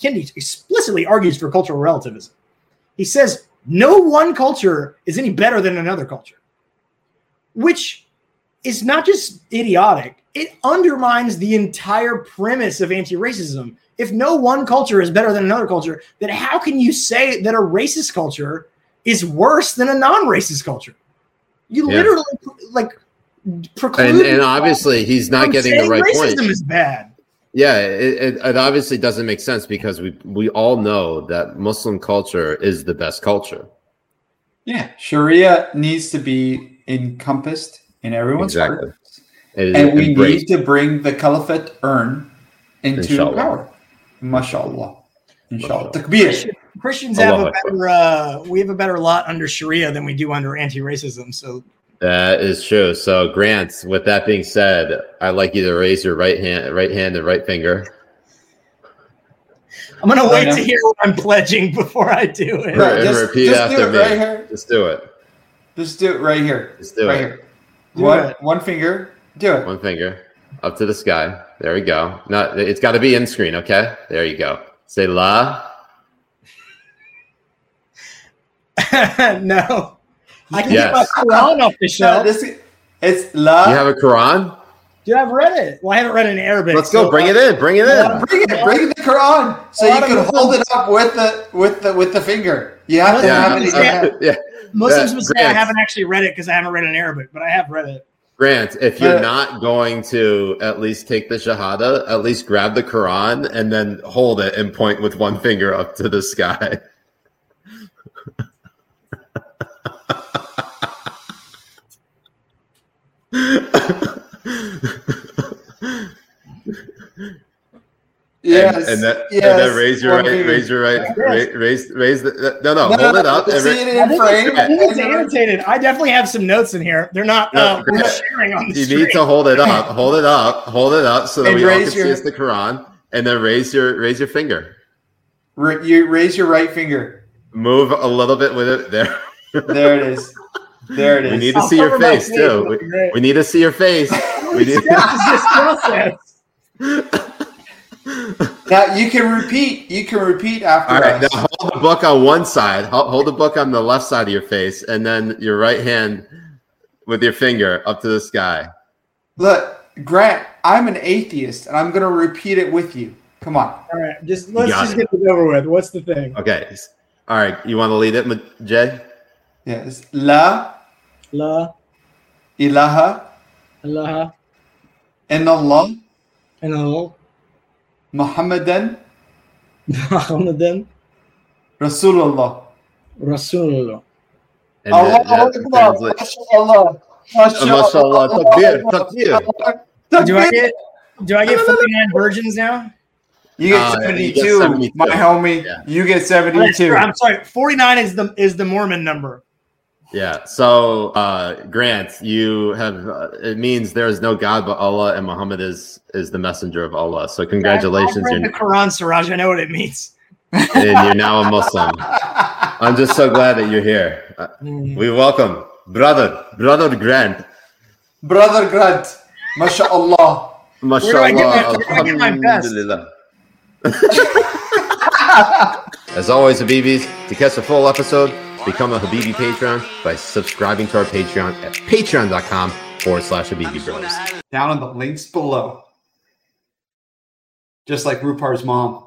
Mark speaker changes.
Speaker 1: Kennedy explicitly argues for cultural relativism. He says no one culture is any better than another culture, which is not just idiotic, it undermines the entire premise of anti racism. If no one culture is better than another culture, then how can you say that a racist culture is worse than a non racist culture? You
Speaker 2: Yeah.
Speaker 1: literally, like, preclude
Speaker 2: And, and
Speaker 1: yourself
Speaker 2: obviously, he's not
Speaker 1: from
Speaker 2: getting the
Speaker 1: saying
Speaker 2: right
Speaker 1: racism
Speaker 2: point.
Speaker 1: is bad.
Speaker 2: Yeah, it, it, it obviously doesn't make sense because we we all know that Muslim culture is the best culture.
Speaker 3: Yeah, Sharia needs to be encompassed in everyone's
Speaker 2: Exactly.
Speaker 3: heart,
Speaker 2: It is
Speaker 3: and we
Speaker 2: embraced.
Speaker 3: need to bring the caliphate urn into
Speaker 2: Inshallah.
Speaker 3: power. Mashallah. Inshallah.
Speaker 2: Mashallah.
Speaker 3: Takbir.
Speaker 1: Christians have
Speaker 2: Allahu
Speaker 1: a better, uh, we have a better lot under Sharia than we do under anti racism. So
Speaker 2: That is true. So, Grant, with that being said, I'd like you to raise your right hand, right hand, and right finger.
Speaker 1: I'm going to
Speaker 3: I
Speaker 1: wait
Speaker 3: know.
Speaker 1: to hear what I'm pledging before I do it.
Speaker 2: Right. and repeat
Speaker 3: just do
Speaker 2: after
Speaker 3: it
Speaker 2: me.
Speaker 3: right here.
Speaker 2: Let's do it.
Speaker 3: Just do it right here.
Speaker 2: Let's do
Speaker 3: right
Speaker 2: it.
Speaker 3: here.
Speaker 1: Do
Speaker 3: one,
Speaker 1: it.
Speaker 3: one finger. Do it.
Speaker 2: One finger up to the sky. There we go. No, it's got to be in screen. Okay. There you go. Say la.
Speaker 1: no. I can
Speaker 2: Yes.
Speaker 1: get my Quran off the
Speaker 3: No,
Speaker 1: shelf.
Speaker 3: this is- it's la.
Speaker 2: You have a Quran?
Speaker 1: Dude, I've read it. Well, I haven't read it in Arabic.
Speaker 2: Let's go.
Speaker 1: so,
Speaker 2: Bring
Speaker 1: uh,
Speaker 2: it in. Bring it in.
Speaker 3: bring it, bring the Quran, so
Speaker 1: A
Speaker 3: you
Speaker 1: lot
Speaker 3: can
Speaker 1: of
Speaker 3: hold it up with the with the with the finger. You have to
Speaker 1: Yeah,
Speaker 3: have it. in your
Speaker 1: yeah.
Speaker 3: hand.
Speaker 2: yeah.
Speaker 1: Muslims
Speaker 2: that-
Speaker 1: would say I
Speaker 2: Grant.
Speaker 1: haven't actually read it because I haven't read it in Arabic, but I have read it.
Speaker 2: Grant, if you're
Speaker 3: Uh,
Speaker 2: not going to at least take the Shahada, at least grab the Quran and then hold it and point with one finger up to the sky.
Speaker 3: Yes.
Speaker 2: and, and, that, and
Speaker 3: yes,
Speaker 2: then raise your
Speaker 3: one
Speaker 2: right,
Speaker 3: finger.
Speaker 2: raise your right,
Speaker 1: Yes.
Speaker 2: ra- raise, raise the no, no,
Speaker 3: No,
Speaker 2: Oh, hold
Speaker 3: no,
Speaker 2: it up.
Speaker 3: no,
Speaker 2: and
Speaker 3: see
Speaker 2: ra-
Speaker 3: it
Speaker 1: I
Speaker 3: in
Speaker 1: think
Speaker 3: frame.
Speaker 1: it's, I think it's
Speaker 3: And-
Speaker 1: annotated. I definitely have some notes in here. They're not,
Speaker 2: No,
Speaker 1: uh, we're not
Speaker 2: Grant,
Speaker 1: sharing on the
Speaker 2: you
Speaker 1: stream.
Speaker 2: need to hold it up, hold it up, hold it up, so that
Speaker 3: And
Speaker 2: we all can
Speaker 3: raise your-
Speaker 2: see it's the Quran, and then raise your raise your finger,
Speaker 3: Ra- you raise your right finger.
Speaker 2: move a little bit with it. There,
Speaker 3: There it is. There it
Speaker 2: we
Speaker 3: is.
Speaker 2: need to see your face too. We, we need to see your face. We need.
Speaker 1: Steps is this process.
Speaker 3: Now you can repeat. You can repeat after
Speaker 2: All right, now
Speaker 3: us.
Speaker 2: hold the book on one side. Ho- Hold the book on the left side of your face, and then your right hand with your finger up to the sky.
Speaker 3: Look, Grant, I'm an atheist, and I'm going to repeat it with you. Come on.
Speaker 1: All right, just let's
Speaker 2: Got
Speaker 1: just
Speaker 2: it.
Speaker 1: get this over with. What's the thing?
Speaker 2: Okay. All right. You want to lead it, Ma- Jay?
Speaker 3: Yes. La
Speaker 1: La
Speaker 3: ilaha
Speaker 1: ilaha
Speaker 3: illallah
Speaker 1: illallah
Speaker 3: Muhammadan
Speaker 1: Muhammadan
Speaker 3: Rasulullah.
Speaker 1: Rasulullah.
Speaker 2: And
Speaker 3: Oh,
Speaker 2: then that translates-
Speaker 3: mashallah,
Speaker 2: Mashallah, takbir, takbir.
Speaker 1: Do
Speaker 2: Uh,
Speaker 1: I get do I get 49 virgins now?
Speaker 3: You get
Speaker 2: Uh, you
Speaker 3: 72,
Speaker 2: get 72.
Speaker 3: my homie.
Speaker 2: Yeah.
Speaker 3: You get
Speaker 1: Oh, that's
Speaker 3: 72.
Speaker 1: true. I'm sorry. 49 is the is the Mormon number.
Speaker 2: Yeah. So, uh, Grant, you have uh, it means there is no God but Allah, and Muhammad is is the messenger of Allah. So, congratulations,
Speaker 1: I
Speaker 2: you're,
Speaker 1: read the Quran, Siraj. I know what it means.
Speaker 2: and you're now a Muslim. I'm just so glad that you're here. Uh, We welcome brother, brother Grant.
Speaker 3: Brother Grant, mashallah.
Speaker 1: do I get my-
Speaker 2: Mashallah,
Speaker 1: where do I get my best?
Speaker 2: alhamdulillah. As always, Habibis, to catch a full episode, become a Habibi patron by subscribing to our Patreon at patreon.com forward slash Habibi Bros.
Speaker 3: Down in the links below. Just like Rupar's mom.